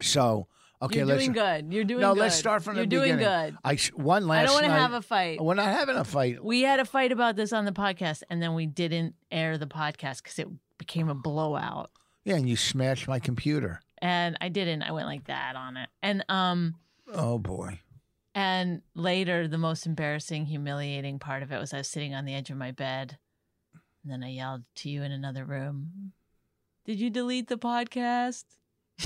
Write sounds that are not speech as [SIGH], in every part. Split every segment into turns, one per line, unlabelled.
So okay,
you're
let's
doing good. You're doing
no,
good.
let's start from
you're
the
doing
beginning.
good.
I s- one last.
I don't want to
night-
have a fight.
We're not having a fight.
We had a fight about this on the podcast, and then we didn't air the podcast because it became a blowout.
Yeah, and you smashed my computer.
And I didn't. I went like that on it. And um,
Oh boy.
And later, the most embarrassing, humiliating part of it was I was sitting on the edge of my bed. And then I yelled to you in another room, Did you delete the podcast? [LAUGHS]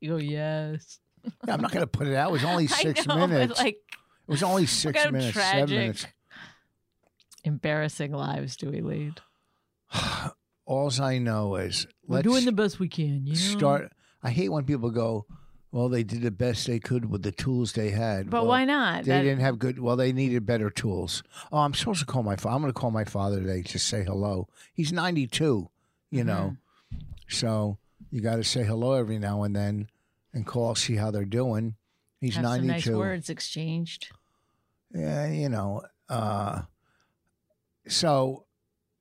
you go, Yes.
Yeah, I'm not going to put it out. It was only six
[LAUGHS] I know,
minutes.
But like,
it was only six
kind of
minutes,
tragic.
seven minutes. [SIGHS]
embarrassing lives do we lead?
All I know is
We're
let's
doing the best we can. You know?
start. I hate when people go, "Well, they did the best they could with the tools they had."
But
Well,
why not?
They
That-
didn't have good. Well, they needed better tools. Oh, I'm supposed to call my. fa- I'm going to
Mm-hmm.
call my father today to say hello. He's 92. You know, so You got to say hello every now and then and call, see how they're doing. He's
Have
92.
some nice words exchanged.
Yeah, you know. Uh, so,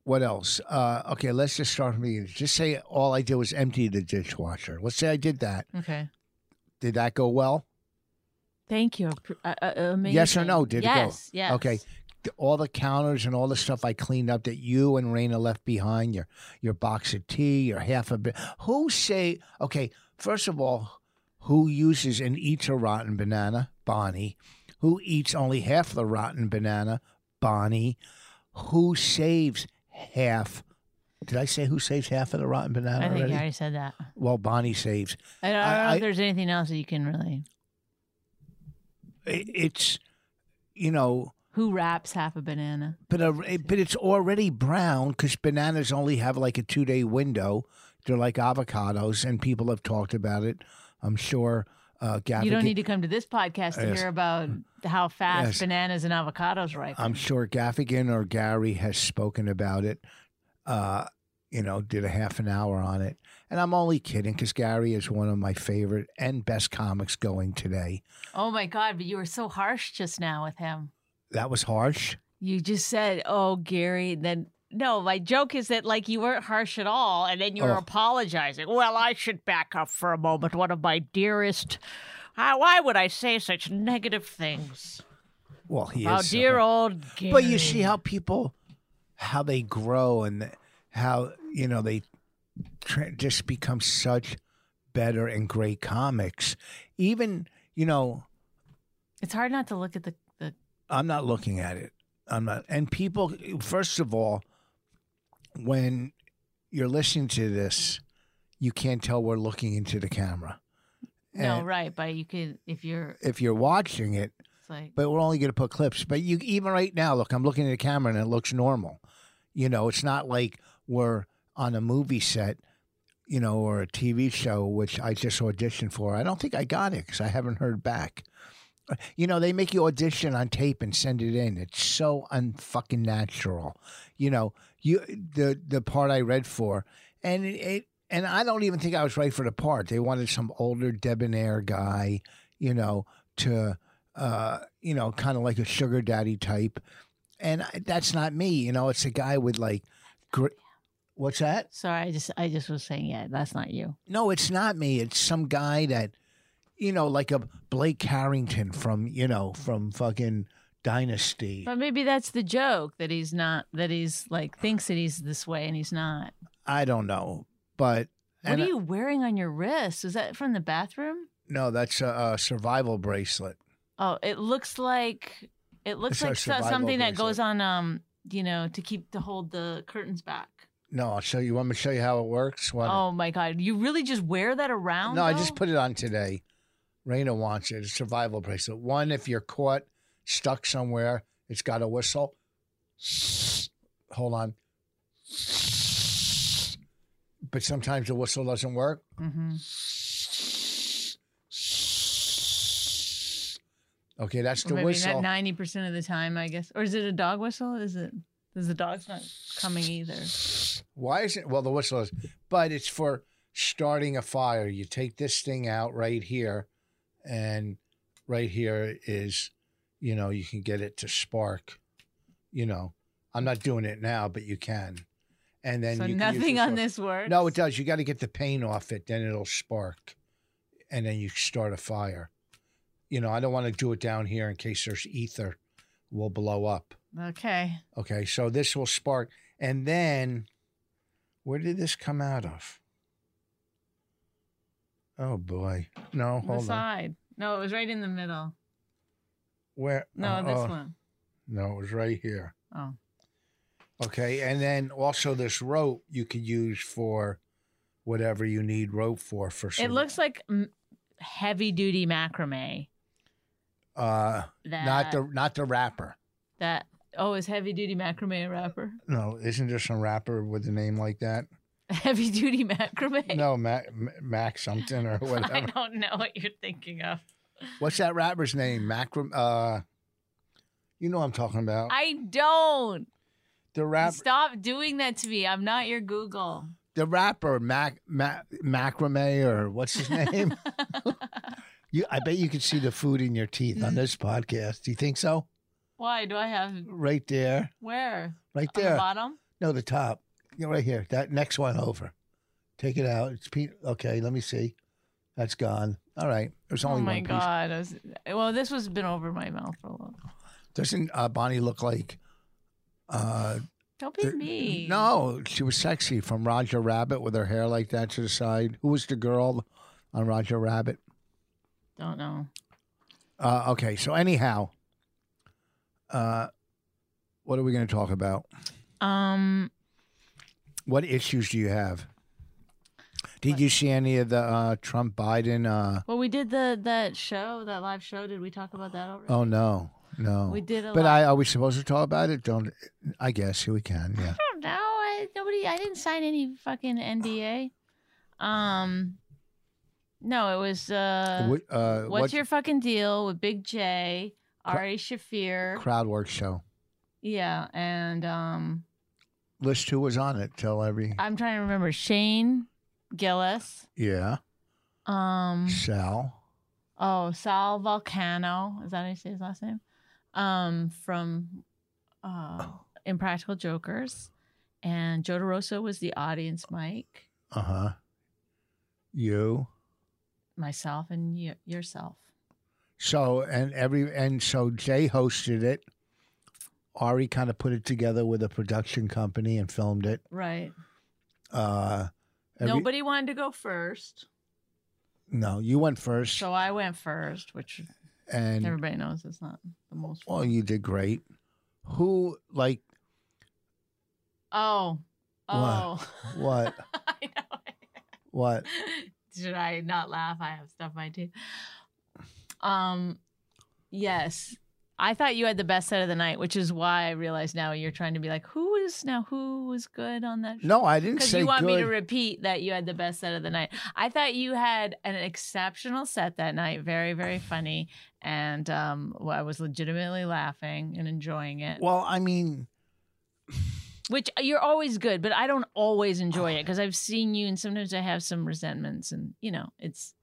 what else? Uh, okay, let's just start from the beginning. Just say all I did was empty the dishwasher. Let's say I did that.
Okay.
Did that go well?
Thank you. Appre- Uh, uh, amazing.
Yes or no? Did
yes,
it go?
Yes.
Okay. Th- All the counters and all the stuff I cleaned up that you and Raina left behind your your box of tea, your half a bit. Who say okay? First of all, who uses and eats a rotten banana? Bonnie. Who eats only half the rotten banana? Bonnie. Who saves half? Did I say who saves half of the rotten banana?
I think
already?
you already said that.
Well, Bonnie saves.
I don't, I
I-
don't know
I-
if there's anything else that you can really.
I- It's you know.
Who wraps half a banana?
But a, it- but it's already brown because bananas only have like a two day window. They're like avocados, and people have talked about it. I'm sure. Uh, Gavin,
you don't need to come to this podcast to
Yes.
hear about how fast
Yes.
bananas and avocados ripen.
I'm sure Gaffigan or Gary has spoken about it. Uh, you know, did a half an hour on it, and I'm only kidding because Gary is one of my favorite and best comics going today.
oh my God, but you were so harsh just now with him.
That was harsh.
You just said, oh, Gary, then. No, my joke is that like you weren't harsh at all, and then you were
Oh.
apologizing. Well, I should back up for a moment. One of my dearest, how, why would I say such negative things?
Well, he
Oh,
is.
dear old Gary.
But you see how people, how they grow and how you know they tra- just become such better and great comics. Even you know,
it's hard not to look at the, the
I'm not looking at it. I'm not. And people, first of all, when you're listening to this, you can't tell we're looking into the camera.
no
And
right, but you could if you're
If you're watching it,
it's like
but we're only going to put clips. But you even right now, look, I'm looking at the camera and it looks normal. You know, it's not like we're on a movie set, you know, or a TV show, which I just auditioned for. I don't think I got it because I haven't heard back. You know, they make you audition on tape and send it in. It's so unfucking natural. You know, you the the part I read for, and it, it and I don't even think I was right for the part. They wanted some older debonair guy, you know, to uh, you know, kind of like a sugar daddy type. And I, that's not me. You know, it's a guy with like, gr- what's that?
sorry, I just I just was saying, yeah, that's not you.
No, it's not me. It's some guy that, you know, like a Blake Carrington from, you know, from fucking Dynasty.
But maybe that's the joke that he's not that he's like thinks that he's this way and he's not.
I don't know. But,
What
and
are
I-
you wearing on your wrist? Is that from the bathroom?
no, that's a, a survival bracelet.
Oh, it looks like it looks
It's our
like so-
survival
something that
bracelet.
goes on um, you know, to keep to hold the curtains back.
No, I'll show you. Want me to show you how it works? Want-
Oh my god, you really just wear that around?
No, I
though?
just put it on today. Raina wants it. It's a survival bracelet. One, if you're caught stuck somewhere, it's got a whistle. [SNIFFS] Hold on. [SNIFFS] But sometimes the whistle doesn't work. [SNIFFS]
Mhm.
Okay, that's the
Or maybe
whistle.
not ninety percent of the time, I guess. Or is it a dog whistle? Is it? Is the dog's not coming either?
Why is it? Well, the whistle is, but it's for starting a fire. You take this thing out right here, and right here is, you know, you can get it to spark. You know, I'm not doing it now, but you can. And then
so
you can use
nothing
this
on
one.
this word.
No, it does. You got to get the paint off it, then it'll spark, and then you start a fire. You know, I don't want to do it down here in case there's ether, will blow up.
Okay.
Okay, so this will spark. And then where did this come out of? Oh boy. No,
the
hold on.
side. No, it was right in the middle.
Where
No,
oh,
this
oh,
one.
No, it was right here.
Oh.
Okay, and then also this rope you could use for whatever you need rope for for
It
sur-
looks like m- heavy duty macrame.
uh
That
not the not the wrapper.
that oh is heavy duty macrame a wrapper?
No, isn't there some wrapper with a name like that?
[LAUGHS] heavy duty macrame.
No, Mac, Mac something or
[LAUGHS] I
whatever.
don't know what you're thinking of.
What's that rapper's name? Macram. Uh, you know what I'm talking about.
I don't.
the rap.
Stop doing that to me. I'm not your Google.
the rapper Mac, Mac Macrame or what's his name? you, I bet you can see the food in your teeth
Mm-hmm.
on this podcast. Do you think so?
[LAUGHS] Why do I have
Right there,
where?
right
On the
there.
bottom?
no, the top. You know, right here. That next one over. Take it out. It's pe- okay. Let me see. That's gone. All right. There's
Oh
only
my
one piece.
god. I was, well, this was been over my mouth for a long time.
Doesn't uh, Bonnie look like? Uh,
Don't be
the-
me.
No, she was sexy from Roger Rabbit with her hair like that to the side. Who was the girl on Roger Rabbit?
Don't know.
Uh, okay, so anyhow, uh, what are we going to talk about?
Um
What issues do you have? Did you see any of the uh, Trump Biden? Uh,
well we did the that show, that live show. Did we talk about that already?
oh no, no.
We did a
But
lot.
I are we supposed to talk about it? Don't I guess we can? Yeah.
I don't know. I nobody. I didn't sign any fucking NDA. Um, no, it was. Uh,
What- uh,
what's
what
your fucking deal with Big J, Ari Shafir?
crowd work show?
yeah, and um,
List who was on it. Tell every
I'm trying to remember Shane Gillis.
yeah.
Um,
Sal.
oh Sal Volcano. Is that how you say his last name? Um, from uh, Impractical Jokers, and Joe DeRosa was the audience mic.
Uh huh. You.
Myself and y- yourself.
So and every and so Jay hosted it. Ari kind of put it together with a production company and filmed it.
Right.
Uh, every-
Nobody wanted to go first,
No, you went first,
so I went first, which
and
everybody knows it's not the most.
well, you did great. Who like
Oh, oh.
what?
[LAUGHS] I know.
what?
Should I not laugh? I have stuff in my teeth. Um, yes. I thought you had the best set of the night, which is why I realize now you're trying to be like, who is now who was good on that?
No, I didn't
Because
say
you want
good.
me to repeat that you had the best set of the night. I thought you had an exceptional set that night, very, very funny, and um, well, I was legitimately laughing and enjoying it.
well, I mean,
Which you're always good, but I don't always enjoy it because I've seen you, and sometimes I have some resentments, and you know, it's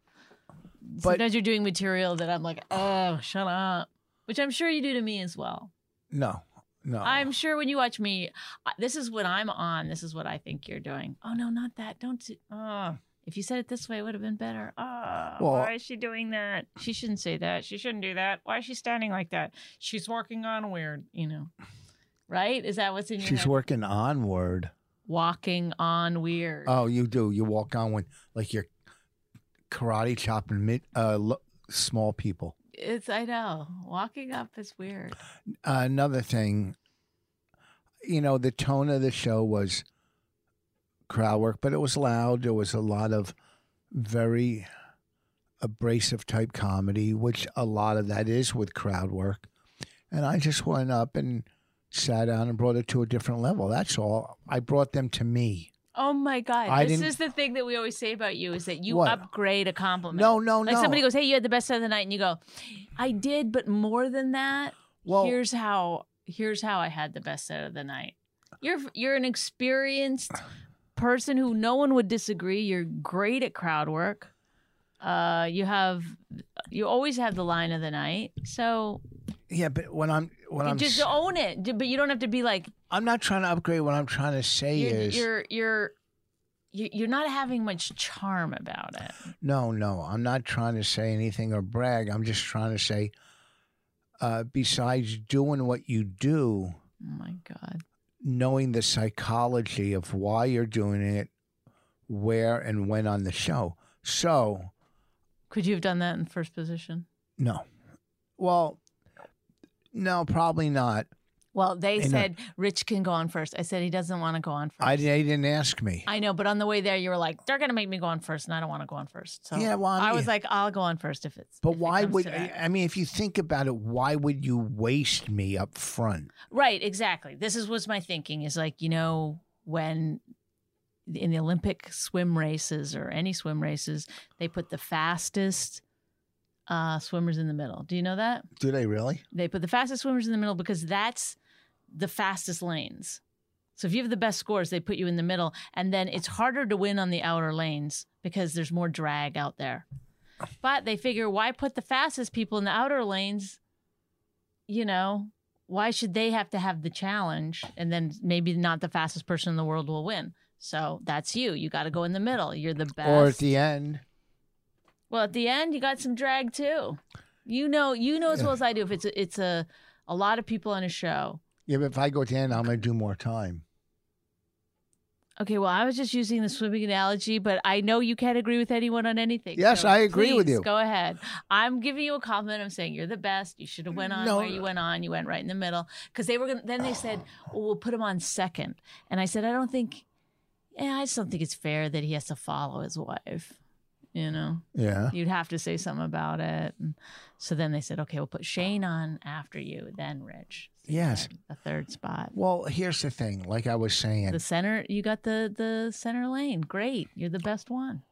sometimes you're doing material that I'm like, oh, shut up, which I'm sure you do to me as well.
no, no.
I'm sure when you watch me, I- this is what I'm on. This is what I think you're doing. Oh no, not that. Don't. Do, oh, if you said it this way, it would have been better. Oh,
Well-
why is she doing that? She shouldn't say that. She shouldn't do that. Why is she standing like that? She's working on weird. You know, right? Is that what's in your?
She's
head?
working onward.
walking on weird.
Oh, you do. You walk on when like you're karate chopping mid, uh, lo- small people.
It's I know walking up is weird.
another thing, you know, the tone of the show was crowd work, but it was loud. There was a lot of very abrasive type comedy, which a lot of that is with crowd work. And I just went up and sat down and brought it to a different level. That's all. I brought them to me.
Oh my god!
I
this
didn't-
is the thing that we always say about you is that you
What?
upgrade a compliment.
No, no,
Like
no.
somebody goes, "Hey, you had the best set of the night," and you go, "I did, but more than that,
Well-
here's how here's how I had the best set of the night." You're you're an experienced person who no one would disagree. You're great at crowd work. Uh, you have you always have the line of the night, so
yeah, but when I'm when I'm
just
s-
own it. D- But you don't have to be like
I'm not trying to upgrade. What I'm trying to say
you're
is
you're you're you- you're not having much charm about it.
No, no, I'm not trying to say anything or brag. I'm just trying to say, uh, besides doing what you do,
Oh my god.
knowing the psychology of why you're doing it, where and when on the show. So,
Could you have done that in first position?
no. Well, no, probably not.
Well, they
I know.
said Rich can go on first. I said he doesn't want to go on first.
I, they didn't ask me.
I know, but on the way there, you were like, "They're going to make me go on first, and I don't want to go on first. So
Yeah, well, I'm-
I was like, "I'll go on first if it's."
but
if it
why
comes
would
to that.
I, I mean? If you think about it, why would you waste me up front?
Right, exactly. This is what's my thinking is like, you know, when in the Olympic swim races or any swim races, they put the fastest uh, swimmers in the middle. Do you know that?
Do they really?
They put the fastest swimmers in the middle because that's the fastest lanes. So if you have the best scores, they put you in the middle, and then it's harder to win on the outer lanes because there's more drag out there. But they figure, why put the fastest people in the outer lanes? You know, why should they have to have the challenge? And then maybe not the fastest person in the world will win. So that's you. You got to go in the middle. You're the best.
Or at the end,
Well, at the end, you got some drag too. You know, you know as well as I do if it's a, it's a a lot of people on a show.
yeah, but if I go to the end, I'm going to do more time.
Okay, well, I was just using the swimming analogy, but I know you can't agree with anyone on anything.
Yes,
so
I agree with
please,
you.
Go ahead. I'm giving you a compliment. I'm saying you're the best. You should have went on
No.
where you went on. You went right in the middle because they were gonna. Then they said, "Oh, well, "We'll put him on second. and I said, "I don't think. Yeah, I just don't think it's fair that he has to follow his wife. You know."
Yeah.
you'd have to say something about it. And so then they said, okay, we'll put Shane on after you, then Rich. So you
Yes.
had The third spot.
Well, here's the thing. Like I was saying,
The center, you got the the center lane. Great, you're the best one.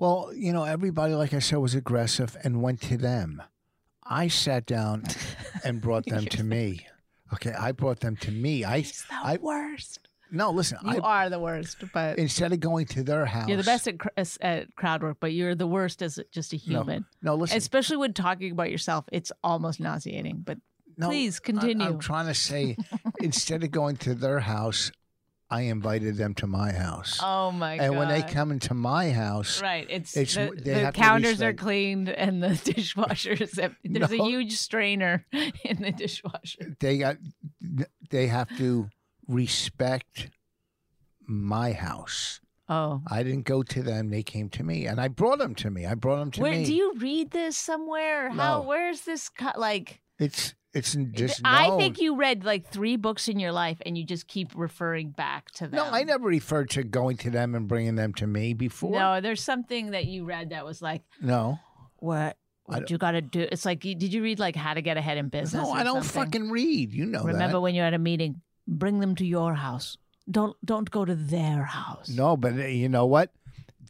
Well, you know, everybody, like I said, was aggressive and went to them. I sat
[LAUGHS]
down and brought them to me. Okay, I brought them to me. I,
It's the
I
worst.
no, listen.
You
I,
are the worst, but
instead of going to their house,
you're the best at, cr- as- at crowd work, but you're the worst as just a
No,
human.
no, listen.
Especially when talking about yourself, it's almost nauseating. But
no,
please
I,
continue.
am trying to
[LAUGHS]
say, instead of going to their house, I invited them to my house.
oh my god!
and when they come into my house,
Right. It's,
It's-
the,
they
the
have to
counters are
respect-
cleaned and the [LAUGHS] dishwashers.
[LAUGHS]
There's
No.
a huge strainer [LAUGHS] in the dishwasher.
they got they have to respect my house.
Oh.
I didn't go to them; they came to me, and I brought them to me. I brought them to
Where
me.
do you read this somewhere? How
No.
where's this cut like
It's it's n- just.
I
known.
think you read like three books in your life and you just keep referring back to them.
No, I never referred to going to them and bringing them to me before.
No, there's something that you read that was like
no,
what
I
what you got to do. It's like you- did you read like how to get ahead in business?
no.
or
I don't
something?
fucking read. You know
Remember when you're at a meeting, bring them to your house. Don't don't go to their house.
that. No, but uh, you know what?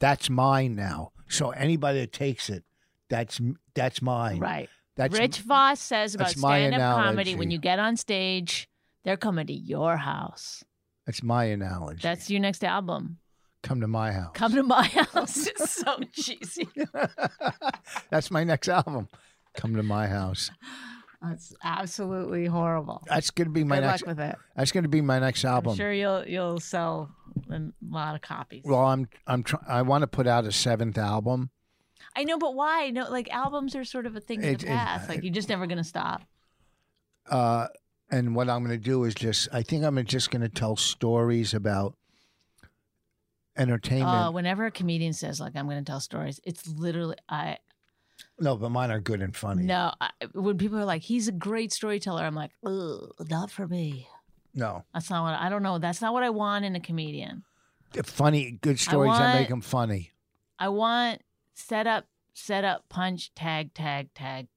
That's mine now. So anybody that takes it, that's m- that's mine.
Right.
That's
Rich Voss says about
that's my
stand up comedy when
analogy.
you get on stage, they're coming to your house.
That's my analogy.
That's your next album.
come to my house. [LAUGHS]
Come to my [LAUGHS] house. It's so cheesy.
that's my next album. Come to my house.
That's absolutely horrible.
That's gonna be my
Good
next.
luck with it.
That's gonna be my next album.
I'm sure you'll you'll sell a lot of copies.
Well, I'm I'm try- I want to put out a seventh album.
I know, but why? No, like albums are sort of a thing of
It-
the
uh, it-
past. like you're just never gonna stop.
uh, and what I'm going to do is just I think I'm just going to tell stories about entertainment.
Uh, whenever a comedian says like I'm gonna tell stories, it's literally I
no, but mine are good and funny.
no. I, when people are like he's a great storyteller, I'm like, Ugh, not for me.
No.
That's not what I don't know. That's not what I want in a comedian.
They're funny, good stories that make
want-
them funny.
I want set up, set up, punch, tag, tag, tag,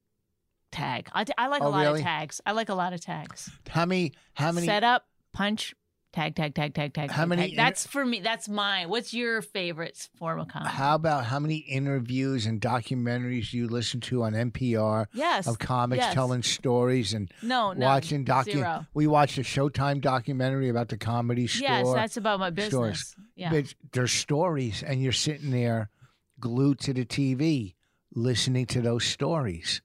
tag. I, I like a
Oh,
lot
really?
of tags. I like a lot of tags.
How many? How many?
set up, punch, tag, tag, tag, tag, tag.
How
tag,
many
tag.
inter-
That's for me. That's mine. What's your favorite form of comedy?
How about how many interviews and documentaries you listen to on NPR
yes.
of comics
yes. Oh,
telling stories and
No. No.
watching docu?
Zero.
We watched a Showtime documentary about the comedy store.
Yes, that's about my business.
stores.
Yeah.
But there's stories, and you're sitting there glued to the TV listening to those stories.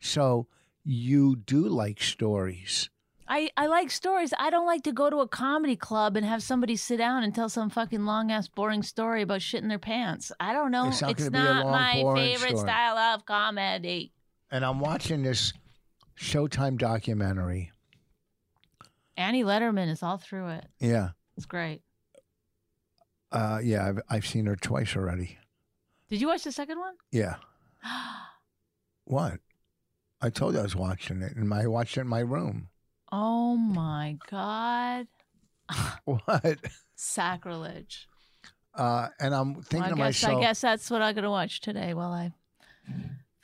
So you do like stories.
I, I like stories. I don't like to go to a comedy club and have somebody sit down and tell some fucking long ass boring story about shit in their pants. I don't know.
It's not
It's
gonna
not,
be a long,
my
boring
favorite
story.
style of comedy.
And I'm watching this Showtime documentary.
Annie Letterman is all through it.
Yeah.
It's great.
Uh, yeah, I've, I've seen her twice already.
Did you watch the second one? [GASPS]
Yeah. What? I told you I was watching it, and I watched it in my room. [LAUGHS]
Oh my God.
What?
Sacrilege.
Uh, and I'm thinking
I
to
guess
myself,
I guess that's what I'm gonna watch today while I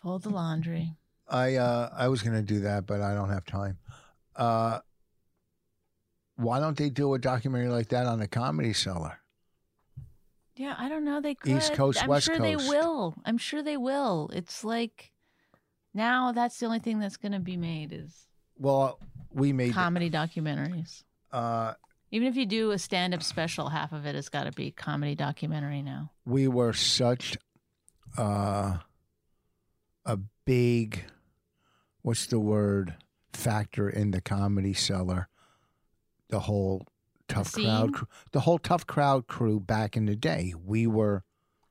fold the laundry.
I uh, I was gonna do that, but I don't have time. Uh, why don't they do a documentary like that on the Comedy Cellar?
Yeah, I don't know. They could.
East Coast,
I'm
West
sure they
Coast.
will. I'm sure they will. It's like now that's the only thing that's going to be made is
Well, we made
comedy documentaries.
uh,
Even if you do a stand up special, half of it has got to be comedy documentary now.
we were such uh, a big what's the word factor in the comedy cellar the whole tough
scene?
crowd cr- the whole tough crowd crew back in the day we were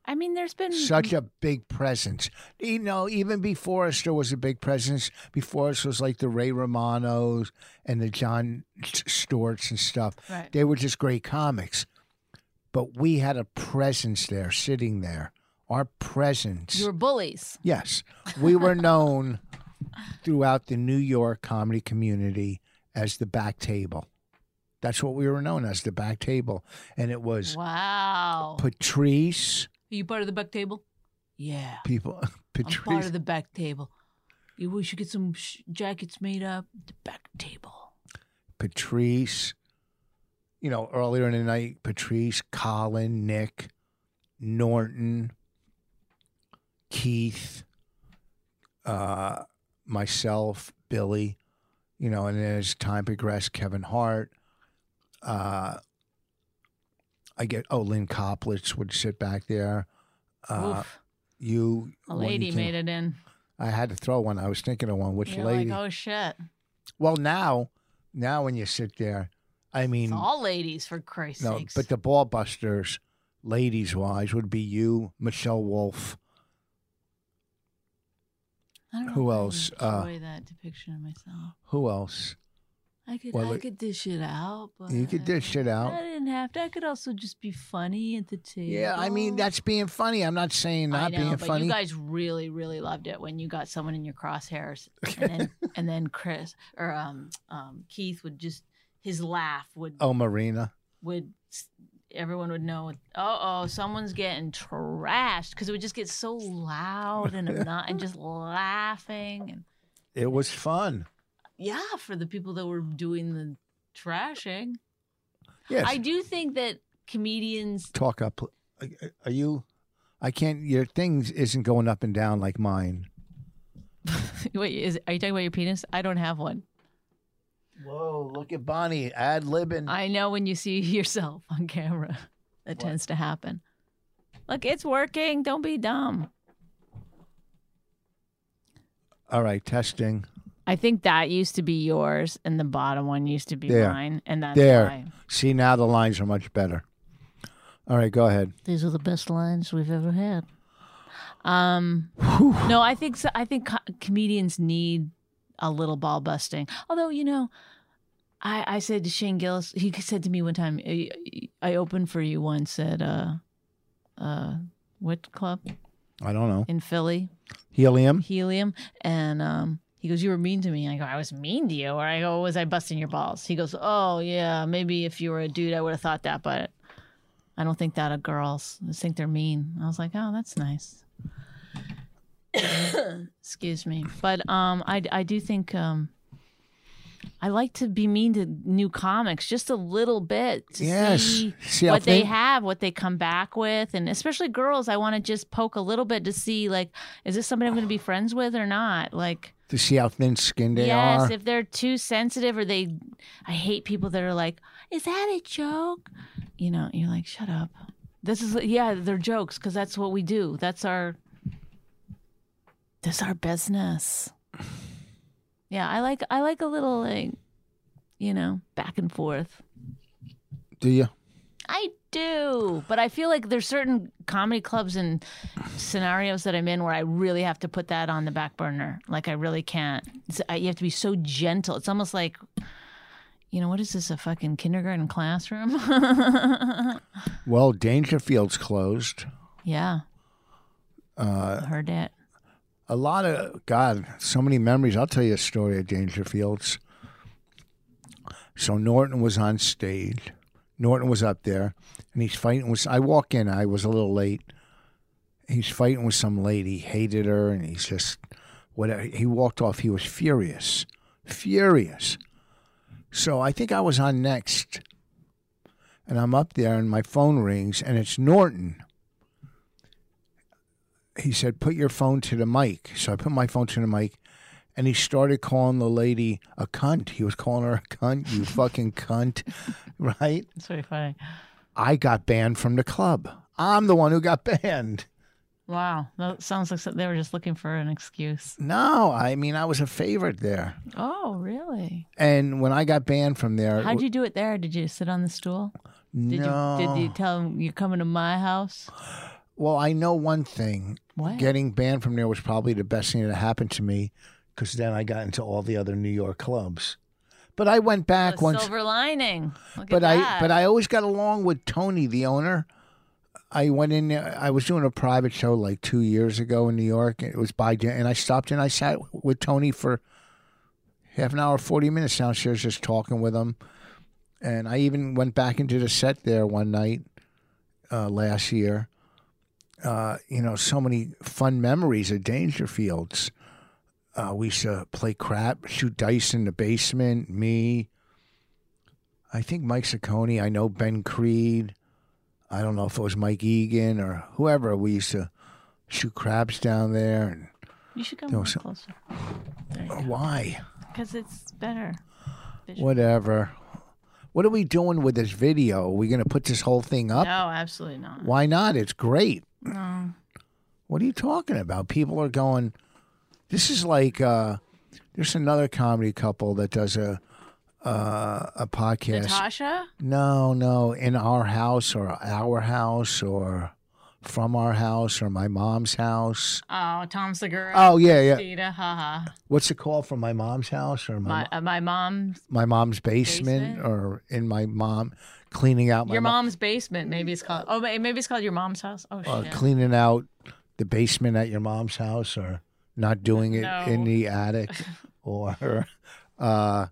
I mean, there's been
such a big presence you know even before us there was a big presence before us was like the ray romanos and the john stewarts and stuff
Right.
they were just great comics but we had a presence there sitting there our presence
You were bullies.
yes we were known throughout the new york comedy community as the back table that's what we were known as the back table and it was
Wow. Are
patrice
you part of the back table? Yeah.
people [LAUGHS]
I'm part
patrice
of the back table. You wish you get some sh- jackets made up. The back table.
patrice you know earlier in the night patrice colin nick norton Keith, uh, myself, Billy, you know, and then as time progressed, Kevin Hart, uh, I get oh Lynn Coplitz would sit back there. Uh,
Oof.
you,
A lady made it in.
I had to throw one. I was thinking of one. Which
You're
lady?
like, oh shit.
Well, now, now when you sit there, I mean,
It's all ladies for Christ's
no,
sakes.
but the ball busters, ladies wise, would be you, Michelle Wolf.
I don't know
who
if I
else? Uh,
Enjoy that depiction of myself.
Who else?
I could,
well,
I
it-
could dish it out. But
You could dish it out.
I didn't have to. I could also just be funny at the table.
Yeah, I mean that's being funny. I'm not saying
I
not
know,
being
but
funny.
You guys really, really loved it when you got someone in your crosshairs,
[LAUGHS]
and then, and then Chris or um, um, Keith would just his laugh would
oh, Marina.
would everyone would know. Oh, oh, someone's getting trashed because it would just get so loud and not and just laughing and
It was fun.
yeah, for the people that were doing the trashing.
Yes.
I do think that comedians
Talk up. Are you? I can't. Your things isn't going up and down like mine.
[LAUGHS] Wait, is are you talking about your penis? I don't have one.
Whoa! Look at Bonnie ad libbing.
I know when you see [LAUGHS] yourself on camera, that tends to happen. Look, it's working. Don't be dumb.
All right, testing.
I think that used to be yours, and the bottom one used to be
There.
mine, and that's
There.
why.
See now the lines are much better. All right, go ahead.
These are the best lines we've ever had. Um, no, I think so, I think co- comedians need a little ball busting. Although you know, I I said to Shane Gillis, he said to me one time, I, I opened for you once at uh, uh, what club
I don't know.
in Philly,
Helium.
Helium, and um. He goes, You were mean to me. I go, I was mean to you. Or I go, Was I busting your balls? He goes, Oh, yeah, maybe if you were a dude, I would have thought that, but I don't think that of girls. I just think they're mean. I was like, Oh, that's nice. [COUGHS] Excuse me. But um, I, I do think um, I like to be mean to new comics just a little bit. To
Yes.
See,
See, I
what they
think-
have, what they come back with. And especially girls, I want to just poke a little bit to see, like, is this somebody I'm going to be friends with or not? Like,
To see how thin skinned they
yes,
are.
if they're too sensitive or they, I hate people that are like, "Is that a joke?" You know, you're like, "Shut up." This is yeah, they're jokes because that's what we do. That's our, that's our
[SIGHS]
business. Yeah, I like I like a little like, you know, back and forth.
Do you?
I do, but I feel like there's certain comedy clubs and scenarios that I'm in where I really have to put that on the back burner. Like I really can't. It's, I, you have to be so gentle. It's almost like, you know, what is this? A fucking kindergarten classroom? [LAUGHS]
Well, Dangerfield's closed.
yeah,
Uh,
I heard it.
a lot of God, so many memories. I'll tell you a story of Dangerfields. So Norton was on stage. Norton was up there, and he's fighting with. I walk in. I was a little late. He's fighting with some lady. Hated her, and he's just whatever. He walked off. He was furious, furious. So I think I was on next, and I'm up there, and my phone rings, and it's Norton he said, put your phone to the mic. So I put my phone to the mic and he started calling the lady a cunt. He was calling her a cunt,
[LAUGHS]
you fucking cunt, right?
It's really funny.
I got banned from the club. I'm the one who got banned.
Wow, that sounds like some- they were just looking for an excuse.
No, I mean I was a favorite there.
Oh, really?
And when I got banned from there,
How'd you do it there? Did you sit on the stool? Did
no.
you did you tell them you're coming to my house?
Well, I know one thing.
What?
Getting banned from there was probably the best thing that happened to me because then I got into all the other New York clubs. But I went back
The
once.
silver lining. Look
but
at
I
that.
but I always got along with Tony, the owner. I went in there. I was doing a private show like two years ago in New York. It was by and I stopped and I sat with Tony for half an hour, forty minutes downstairs, just talking with him. And I even went back into the set there one night uh, last year. Uh, you know, so many fun memories of Dangerfields. Uh, we used to play crap, shoot dice in the basement. Me, I think Mike Saccone. I know Ben Creed. I don't know if it was Mike Egan or whoever. We used to shoot crabs down there. And
you should come
There
more
was-
closer
why?
because it's better.
Whatever. What are we doing with this video? Are we going to put this whole thing up?
No, absolutely not.
Why not? It's great. What are you talking about? People are going. This is like uh, there's another comedy couple that does a uh, a podcast.
Natasha,
No, no, in our house or our house or from our house or my mom's house.
oh Tom Segura,
Oh yeah, yeah.
Dita, haha.
What's it called? From my mom's house or my
My uh, my mom's
my mom's basement,
Basement?
or in my mom cleaning out my
your
mo-
mom's basement. Maybe it's called. Oh, ma- maybe it's called your mom's house. Oh
uh,
shit.
cleaning out the basement at your mom's house or not doing it
No.
in the
[LAUGHS]
attic or uh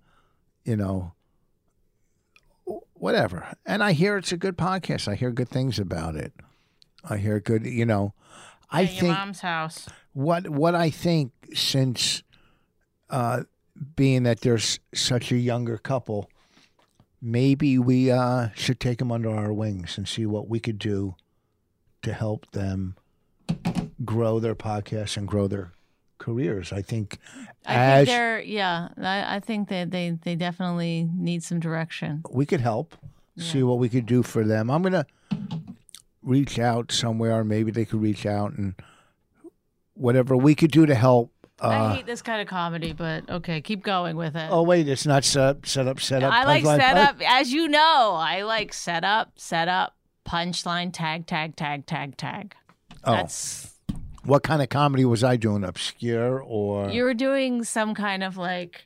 you know whatever and i hear it's a good podcast i hear good things about it i hear good you know i
Yeah, your
think
mom's house.
what what i think since uh being that there's such a younger couple maybe we uh should take them under our wings and see what we could do to help them grow their podcasts and grow their careers. I think
I
as
think they're yeah. I, I think that they they definitely need some direction.
we could help, see what we could do for them. I'm gonna reach out somewhere, maybe they could reach out and whatever we could do to help.
I
Uh,
hate this kind of comedy, but okay, keep going with it.
oh wait, it's not set up, set up, set up.
I like
punchline,
set
punch-
up, as you know. I like set up, set up, punchline, tag, tag, tag, tag, tag.
Oh,
That's
what kind of comedy was I doing? Obscure or
you were doing some kind of like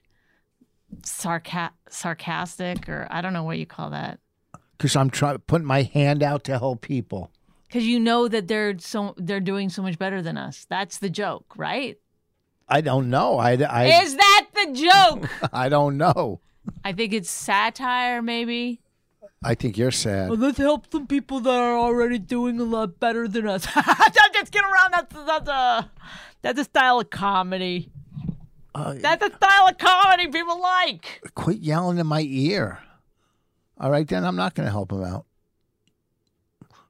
sarca- sarcastic, or I don't know what you call that,
because I'm trying putting my hand out to help people.
because you know that they're so they're doing so much better than us. That's the joke, right?
I don't know. I, I,
Is that the joke?
[LAUGHS] I don't know.
I think it's satire, maybe.
I think you're sad.
Well, let's help some people that are already doing a lot better than us. [LAUGHS] Just get around. That's that's a that's a style of comedy.
Uh,
That's a style of comedy people like.
quit yelling in my ear. All right, then I'm not going to help him out.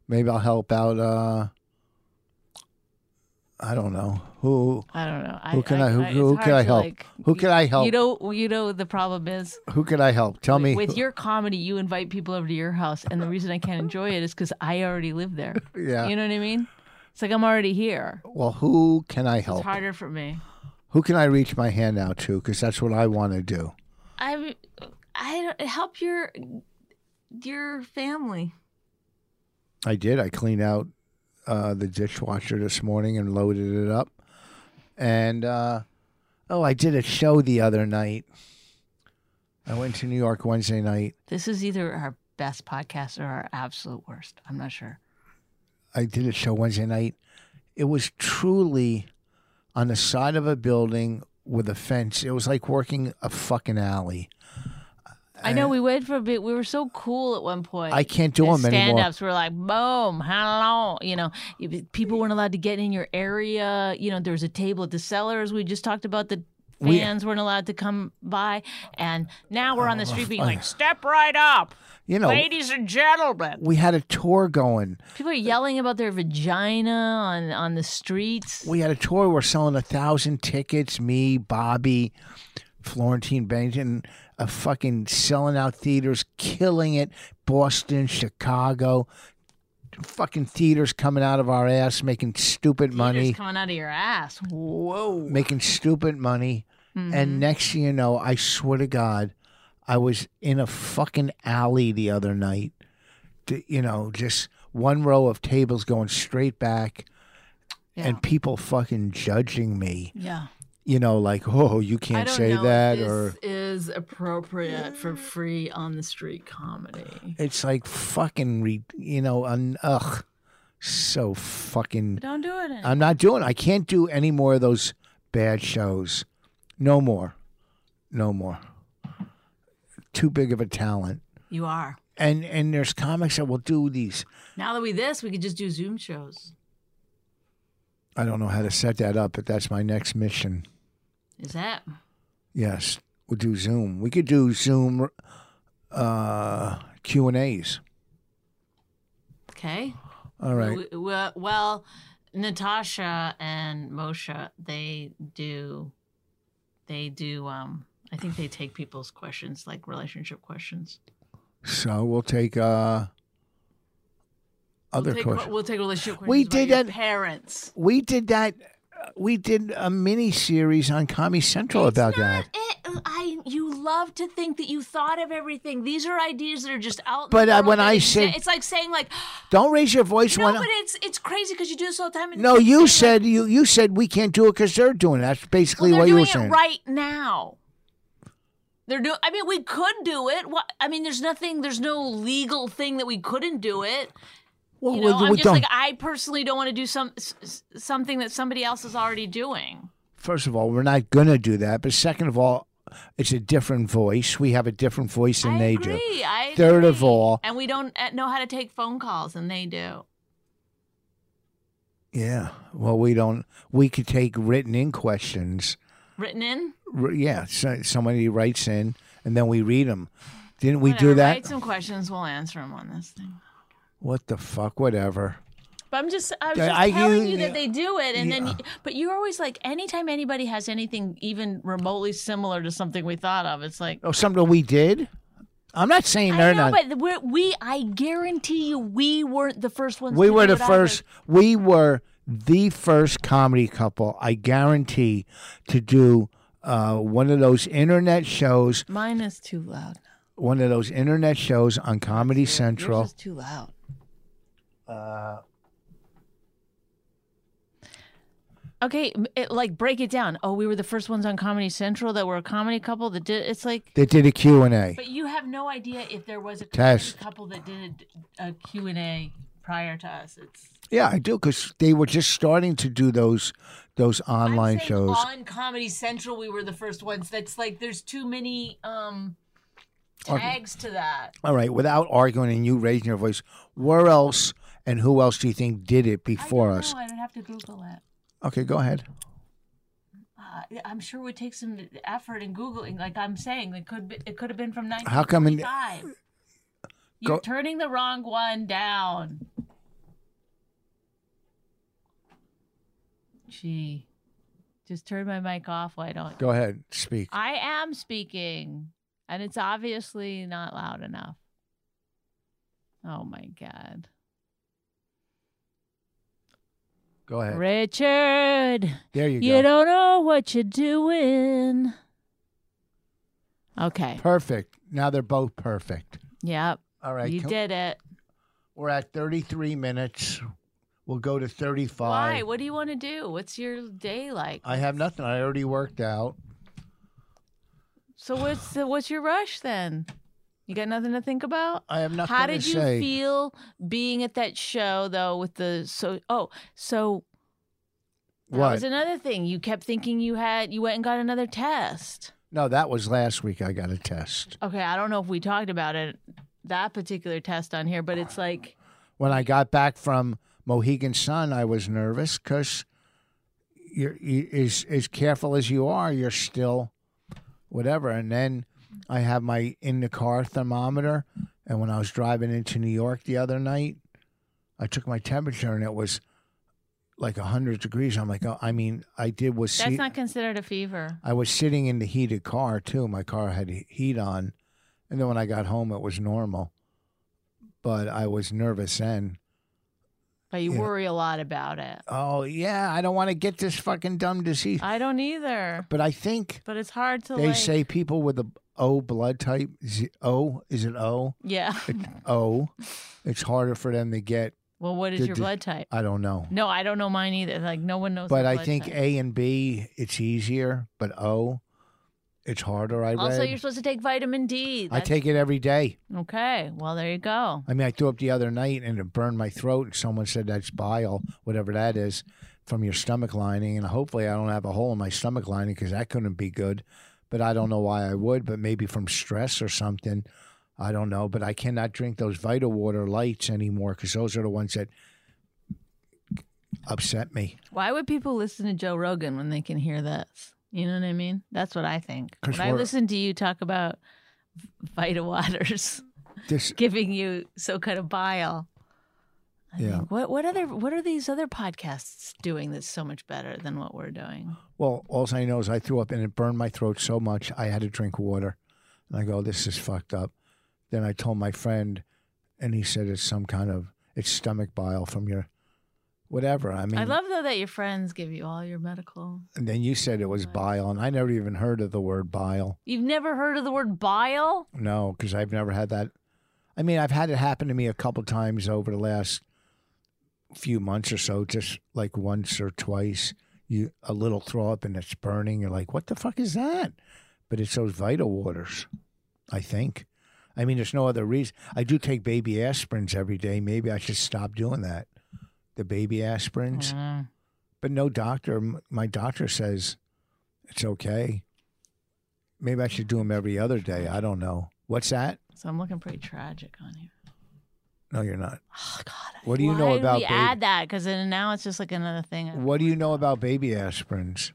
Maybe I'll help out. uh I don't know who.
I don't know.
Who can I, who, who can I help? who can I help?
You know. You know. The problem is
who can I help? Tell me.
with
who-
your comedy, you invite people over to your house, and the reason I can't enjoy it is because I already live there.
[LAUGHS] yeah.
You know what I mean? It's like I'm already here.
well, who can I
It's
help?
harder for me.
Who can I reach my hand out to? Because that's what I want to do.
I'm. I don't- help your your family.
I did. I cleaned out uh, the dishwasher this morning and loaded it up. And uh, oh, I did a show the other night. I went to New York Wednesday night.
This is either our best podcast or our absolute worst. I'm not sure.
I did a show Wednesday night. It was truly on the side of a building with a fence. It was like working a fucking alley.
I know we waited for a bit. We were so cool at one point.
I can't do them
Stand
anymore.
ups were like, boom, hello. You know, you- people weren't allowed to get in your area. You know, there was a table at the cellars. We just talked about the
We-
Fans weren't allowed to come by, and now we're on the street being
[LAUGHS]
like, "Step right up,
You know,
ladies and gentlemen."
we had a tour going.
People are yelling about their vagina on on the streets.
We had a tour. We're selling a thousand tickets. Me, Bobby, Florentine Bennington, uh, fucking selling out theaters, killing it. Boston, Chicago, fucking theaters coming out of our ass, making stupid money.
It's coming out of your ass. Whoa.
making stupid money.
Mm-hmm.
And next thing you know, I swear to God, I was in a fucking alley the other night. D- You know, just one row of tables going straight back
Yeah.
and people fucking judging me.
yeah.
You know, like, oh, you
I
can't
don't
say
know
that.
if this
Or
is appropriate for free on the street comedy.
it's like fucking, re- you know, un- ugh. So fucking.
Don't do it.
I'm not doing. I can't do any more of those bad shows. No more. No more. Too big of a talent.
you are.
And and there's comics that will do these.
Now that we this, we could just do Zoom shows.
I don't know how to set that up, but that's my next mission.
Is that?
Yes, we'll do Zoom. We could do Zoom uh, Q and A's.
Okay.
All right.
W- w- well, Natasha and Moshe, they do, they do. Um, I think they take people's questions, like relationship questions.
So we'll take uh, other
we'll take,
questions.
We'll take relationship questions.
We
about
did
your
that-
Parents.
we did that. uh, We did a mini series on Comedy Central about that.
[LAUGHS] It, Eh, uh, I you love to think that you thought of everything. These are ideas that are just out. in
But,
the
uh,
world
when
that
I
exist.
said-
it's like
[GASPS]
saying like
Don't raise your voice
no,
when.
but it's it's crazy because you do this all the time. and
No,
it's
you
like
said you you said we can't do it because they're doing it. That's
well,
basically
they're
what you
doing
were
it
saying.
right now. They're doing. I mean, we could do it. What I mean, there's nothing. There's no legal thing that we couldn't do it.
Well,
You
we-
know, I'm
we
just
don't-
like I personally don't want to do some s- s- something that somebody else is already doing.
First of all, we're not gonna do that. But second of all, it's a different voice. We have a different voice than
I
they
agree.
do.
I
Third of
agree.
all-
and we don't uh, know how to take phone calls, and they do.
Yeah. Well, we don't. We could take written in questions.
Written in.
R- yeah. So, somebody writes in, and then we read them. Didn't we do
Whatever,
that?
Write some questions. We'll answer them on this thing.
What the fuck? Whatever.
But I'm just, I was
Yeah,
just
I-
telling
you-
you, that they do it, and
yeah.
then, but you're always like, anytime anybody has anything even remotely similar to something we thought of, it's like,
Oh, something we did. I'm not saying
I
they're
know,
not.
but we're, we, I guarantee you, we weren't the first ones.
We
to
were
do
the
it either.
first. We were the first comedy couple, I guarantee, to do uh, one of those internet shows.
Mine is too loud.
One of those internet shows on Comedy Central.
Yours is too loud.
Uh,
Okay, m- it, like break it down. Oh, we were the first ones on Comedy Central that were a comedy couple that did. It's like
they did a Q and A.
But you have no idea if there was a
Test.
couple that did a Q and A prior to us. It's
Yeah, I do because they were just starting to do those those online
saying
shows.
on Comedy Central. We were the first ones. That's like there's too many um tags to that.
All right, without arguing and you raising your voice, where else and who else do you think did it before us?
I don't have to Google it.
Okay, go ahead.
Uh, I'm sure it would take some effort in googling. Like I'm saying, it could be, it could have been from
How come in-
1995.
[LAUGHS]
You're
Go-
turning the wrong one down. Gee, just turn my mic off. Why don't
Go ahead, speak.
I am speaking, and it's obviously not loud enough. Oh my god.
Go ahead.
Richard,
There you
you,
go.
don't know what you're doing. Okay.
Perfect. Now they're both perfect.
Yep.
All right.
you
can-
did it.
We're at 33 minutes. We'll go to 35.
Why? What do you want to do? What's your day like?
I have nothing. I already worked out.
So what's the, what's your rush then? You got nothing to think about?
I have nothing
How
to
did you
say.
feel being at that show though with the so oh, so that
What?
was another thing. You kept thinking you had you went and got another test.
no, that was last week. I got a test.
Okay, I don't know if we talked about it that particular test on here, but it's like
When I got back from Mohegan Sun, I was nervous because, you're you, as as careful as you are, you're still whatever. And then I have my in the car thermometer, and when I was driving into New York the other night, I took my temperature and it was like hundred degrees. I'm like, oh, I mean, I did was
That's
see-
not considered a fever.
I was sitting in the heated car too. My car had he- heat on, and then when I got home, it was normal. But I was nervous then.
But you
Yeah.
worry a lot about it.
Oh yeah, I don't want to get this fucking dumb disease.
I don't either.
but I think
But it's hard to
they
like,
say people with a O blood type Z, O is it O
Yeah. [LAUGHS]
O, it's harder for them to get.
Well, what is
Did
your
the-
blood type?
I don't know,
No, I don't know mine either. Like no one knows.
but
my
I
blood
think
type.
A and B it's easier, but O, it's harder. I
also
read.
you're supposed to take vitamin D.
I
That's-
take it every day.
Okay. Well, there you go.
I mean, I threw up the other night and it burned my throat, and someone said that's bile, whatever that is, from your stomach lining. And hopefully, I don't have a hole in my stomach lining because that couldn't be good. But I don't know why I would, but maybe from stress or something. I don't know. But I cannot drink those Vital Water lights anymore because those are the ones that upset me.
Why would people listen to Joe Rogan when they can hear this? You know what I mean? That's what I think.
'Cause
When I
we're-
listen to you talk about Vita Waters [LAUGHS]
This,
giving you so kind of bile. I
Yeah.
think, what what other what are these other podcasts doing that's so much better than what we're doing?
well, all I know is I threw up and it burned my throat so much I had to drink water. And I go, this is fucked up. Then I told my friend, and he said it's some kind of it's stomach bile from your whatever. I mean,
I love though that your friends give you all your medical.
and then you said it was bile, and I never even heard of the word bile.
You've never heard of the word bile?
No, because I've never had that. I mean, I've had it happen to me a couple times over the last few months or so, just like once or twice. You a little throw up and it's burning. You're like, what the fuck is that? But it's those vital waters, I think. I mean, there's no other reason. I do take baby aspirins every day. Maybe I should stop doing that. The baby aspirins,
Mm.
but no doctor. m- My doctor says it's okay. Maybe I should do them every other day. I don't know. What's that?
So I'm looking pretty tragic on here.
No, you're not.
Oh God!
What do you
Why
know
did
about
we
baby-
add that? Because then now it's just like another thing.
What do you know about baby aspirins?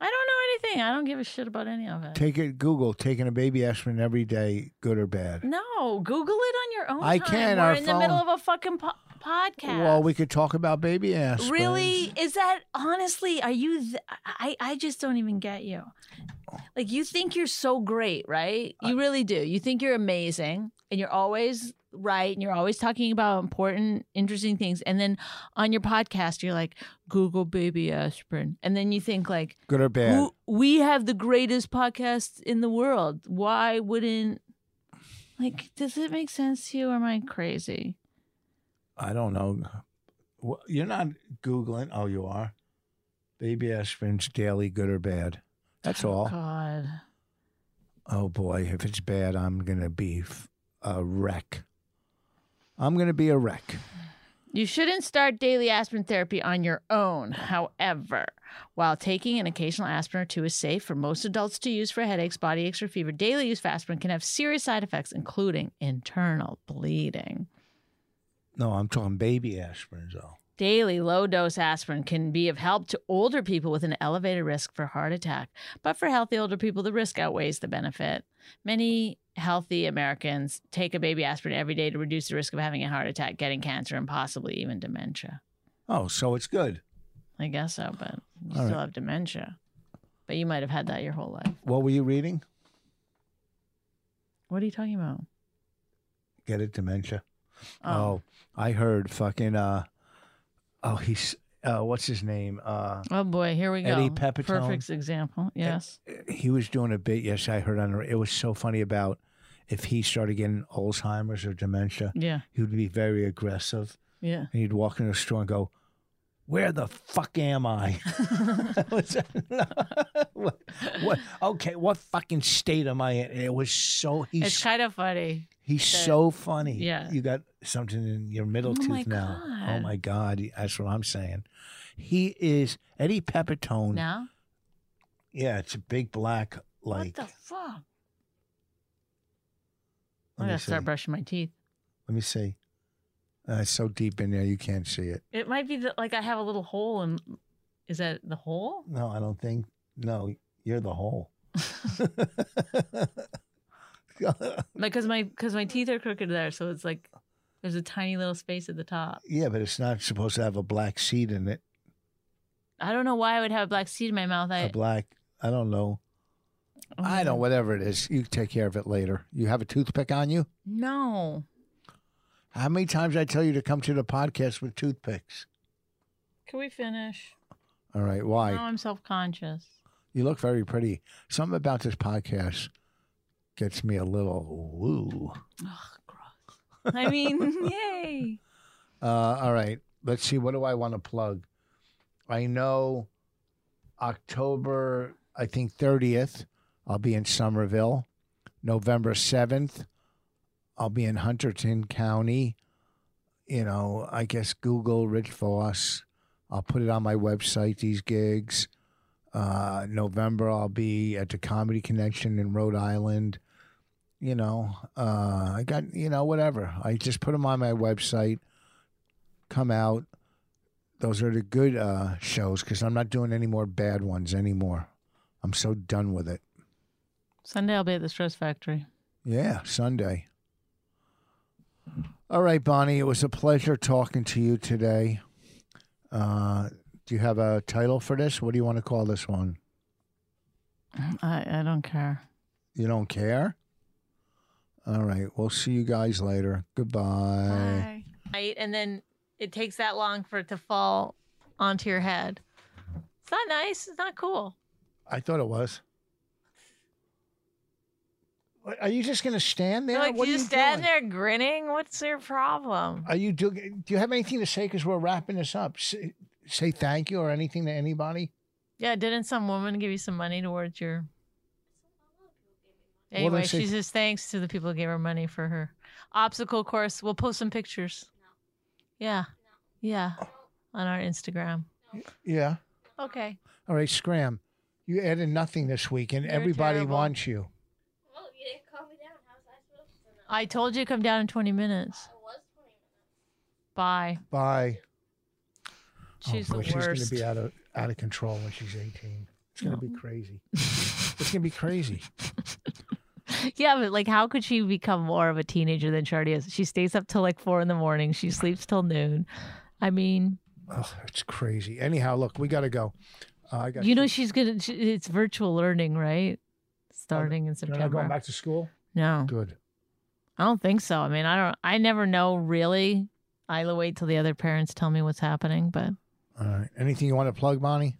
I don't know anything. I don't give a shit about any of it.
Take it Google taking a baby aspirin every day, good or bad.
No, Google it on your own.
I
time.
can,
We're
our
in the middle
phone-
of a fucking po- podcast.
Well, we could talk about baby aspirins.
really is that honestly? Are you? Th- I I just don't even get you. Like you think you're so great, right? You really do. You think you're amazing, and you're always right, and you're always talking about important, interesting things. And then on your podcast, you're like Google baby aspirin, and then you think like
Good or bad.
who, we have the greatest podcast in the world. Why wouldn't like does it make sense to you or am I crazy?
I don't know. Wh- You're not Googling. Oh, you are. Baby aspirins daily, good or bad. That's all.
God.
Oh boy, if it's bad, I'm gonna be f- a wreck. I'm gonna be a wreck.
You shouldn't start daily aspirin therapy on your own. However, while taking an occasional aspirin or two is safe for most adults to use for headaches, body aches, or fever, daily use of aspirin can have serious side effects, including internal bleeding.
No, I'm talking baby aspirins though.
Daily low dose aspirin can be of help to older people with an elevated risk for heart attack, but for healthy older people, the risk outweighs the benefit. Many healthy Americans take a baby aspirin every day to reduce the risk of having a heart attack, getting cancer, and possibly even dementia.
Oh, so it's good.
I guess so, but you
All
still
right.
have dementia. But you might have had that your whole life.
What were you reading?
What are you talking about?
Get it, dementia.
Oh,
Oh, I heard fucking uh oh he's uh what's his name? Uh
oh boy, here we go.
Eddie Pepitone.
Perfect example.
[LAUGHS]
Yes.
he was doing a bit yes, I heard on the- it was so funny about if he started getting Alzheimer's or dementia,
yeah.
he would be very aggressive
Yeah.
and he'd walk into a store and go, Where the fuck am I? [LAUGHS] What's that? [LAUGHS] what, what okay, what fucking state am I in? It was so he's
It's kind of funny.
He's so funny.
yeah.
You got something in your middle
Oh
tooth
my
now. Oh
God.
my God. That's what I'm saying. He is Eddie Pepitone.
Now?
Yeah, it's a big black like.
what the fuck?
let,
I
me
gotta
see.
start brushing my teeth.
let me see. Uh, it's so deep in there you can't see it.
It might be that like I have a little hole in Is that the hole?
No, I don't think. No, you're the hole. [LAUGHS]
Like, cause my cause my teeth are crooked there, so it's like there's a tiny little space at the top.
yeah, but it's not supposed to have a black seed in it.
I don't know why I would have a black seed in my mouth.
A
I
black. I don't know. I don't. Whatever it is, you take care of it later. You have a toothpick on you.
No,
How many times I tell you to come to the podcast with toothpicks?
can we finish?
All right. Why?
Now I'm self conscious.
You look very pretty. Something about this podcast gets me a little woo.
I mean, [LAUGHS] yay!
Uh, all right. Let's see. What do I want to plug? I know October, I think 30th, I'll be in Somerville. November 7th, I'll be in Hunterton County. You know, I guess Google Rich Voss. I'll put it on my website, these gigs. Uh, November, I'll be at the Comedy Connection in Rhode Island. You know, uh, I got, you know, whatever. I just put them on my website come out. Those are the good uh, shows because I'm not doing any more bad ones anymore. I'm so done with it.
Sunday I'll be at the Stress Factory.
Yeah, Sunday. All right, Bonnie, it was a pleasure talking to you today. Uh, do you have a title for this? What do you want to call this one?
I I don't care.
You don't care? All right, we'll see you guys later. Goodbye.
Right, and then it takes that long for it to fall onto your head. It's not nice. It's not cool.
I thought it was. Are you just going to stand there?
like
What are
you just
doing?
stand there grinning. What's your problem?
Are you do? Do you have anything to say? Because we're wrapping this up. Say, say thank you or anything to anybody.
Yeah, didn't some woman give you some money towards your?
Well, then
Anyway,
she-
she says thanks to the people who gave her money for her obstacle course. We'll post some pictures. Yeah, yeah, on our Instagram.
Yeah.
Okay.
All right, Scram. You added nothing this week, and
You're
everybody
terrible.
wants you.
Well, you didn't calm me down. How was I supposed to know?
I told you to come down in 20 minutes.
I was 20 minutes.
Bye.
Bye.
She's
oh, boy,
the worst.
She's gonna be out of out of control when she's eighteen. It's gonna be crazy. it's gonna be crazy.
Yeah, but like, how could she become more of a teenager than she already is? She stays up till like four in the morning. She sleeps till noon. I mean,
Oh, it's crazy. Anyhow, look, we gotta go. Uh, I got.
you know, she's gonna. she- It's virtual learning, right? Starting in
You're not going
September.
back to school.
No,
Good.
I don't think so. I mean, I don't. I never know really. I wait till the other parents tell me what's happening, but
All right. Anything you want to plug, Bonnie?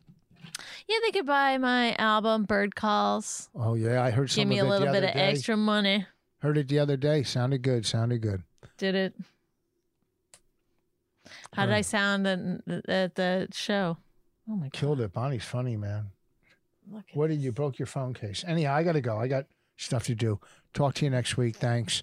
yeah, they could buy my album Bird Calls.
Oh yeah, I heard some
Give me a
of it the
little bit
other
of
day.
extra money.
Heard it the other day. Sounded good. Sounded good.
Did it? How did
Alright.
I sound in- at the show? Oh my god!
Killed it. Bonnie's funny, man.
Look at
What did you broke your phone case? Anyhow, I gotta go. I got stuff to do. Talk to you next week. Thanks.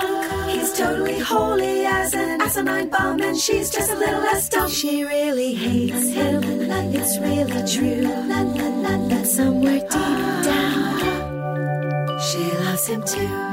He's totally holy as an asinine bomb, and she's just a little less dumb. She really hates him, it's really true. But somewhere deep down, she loves him too.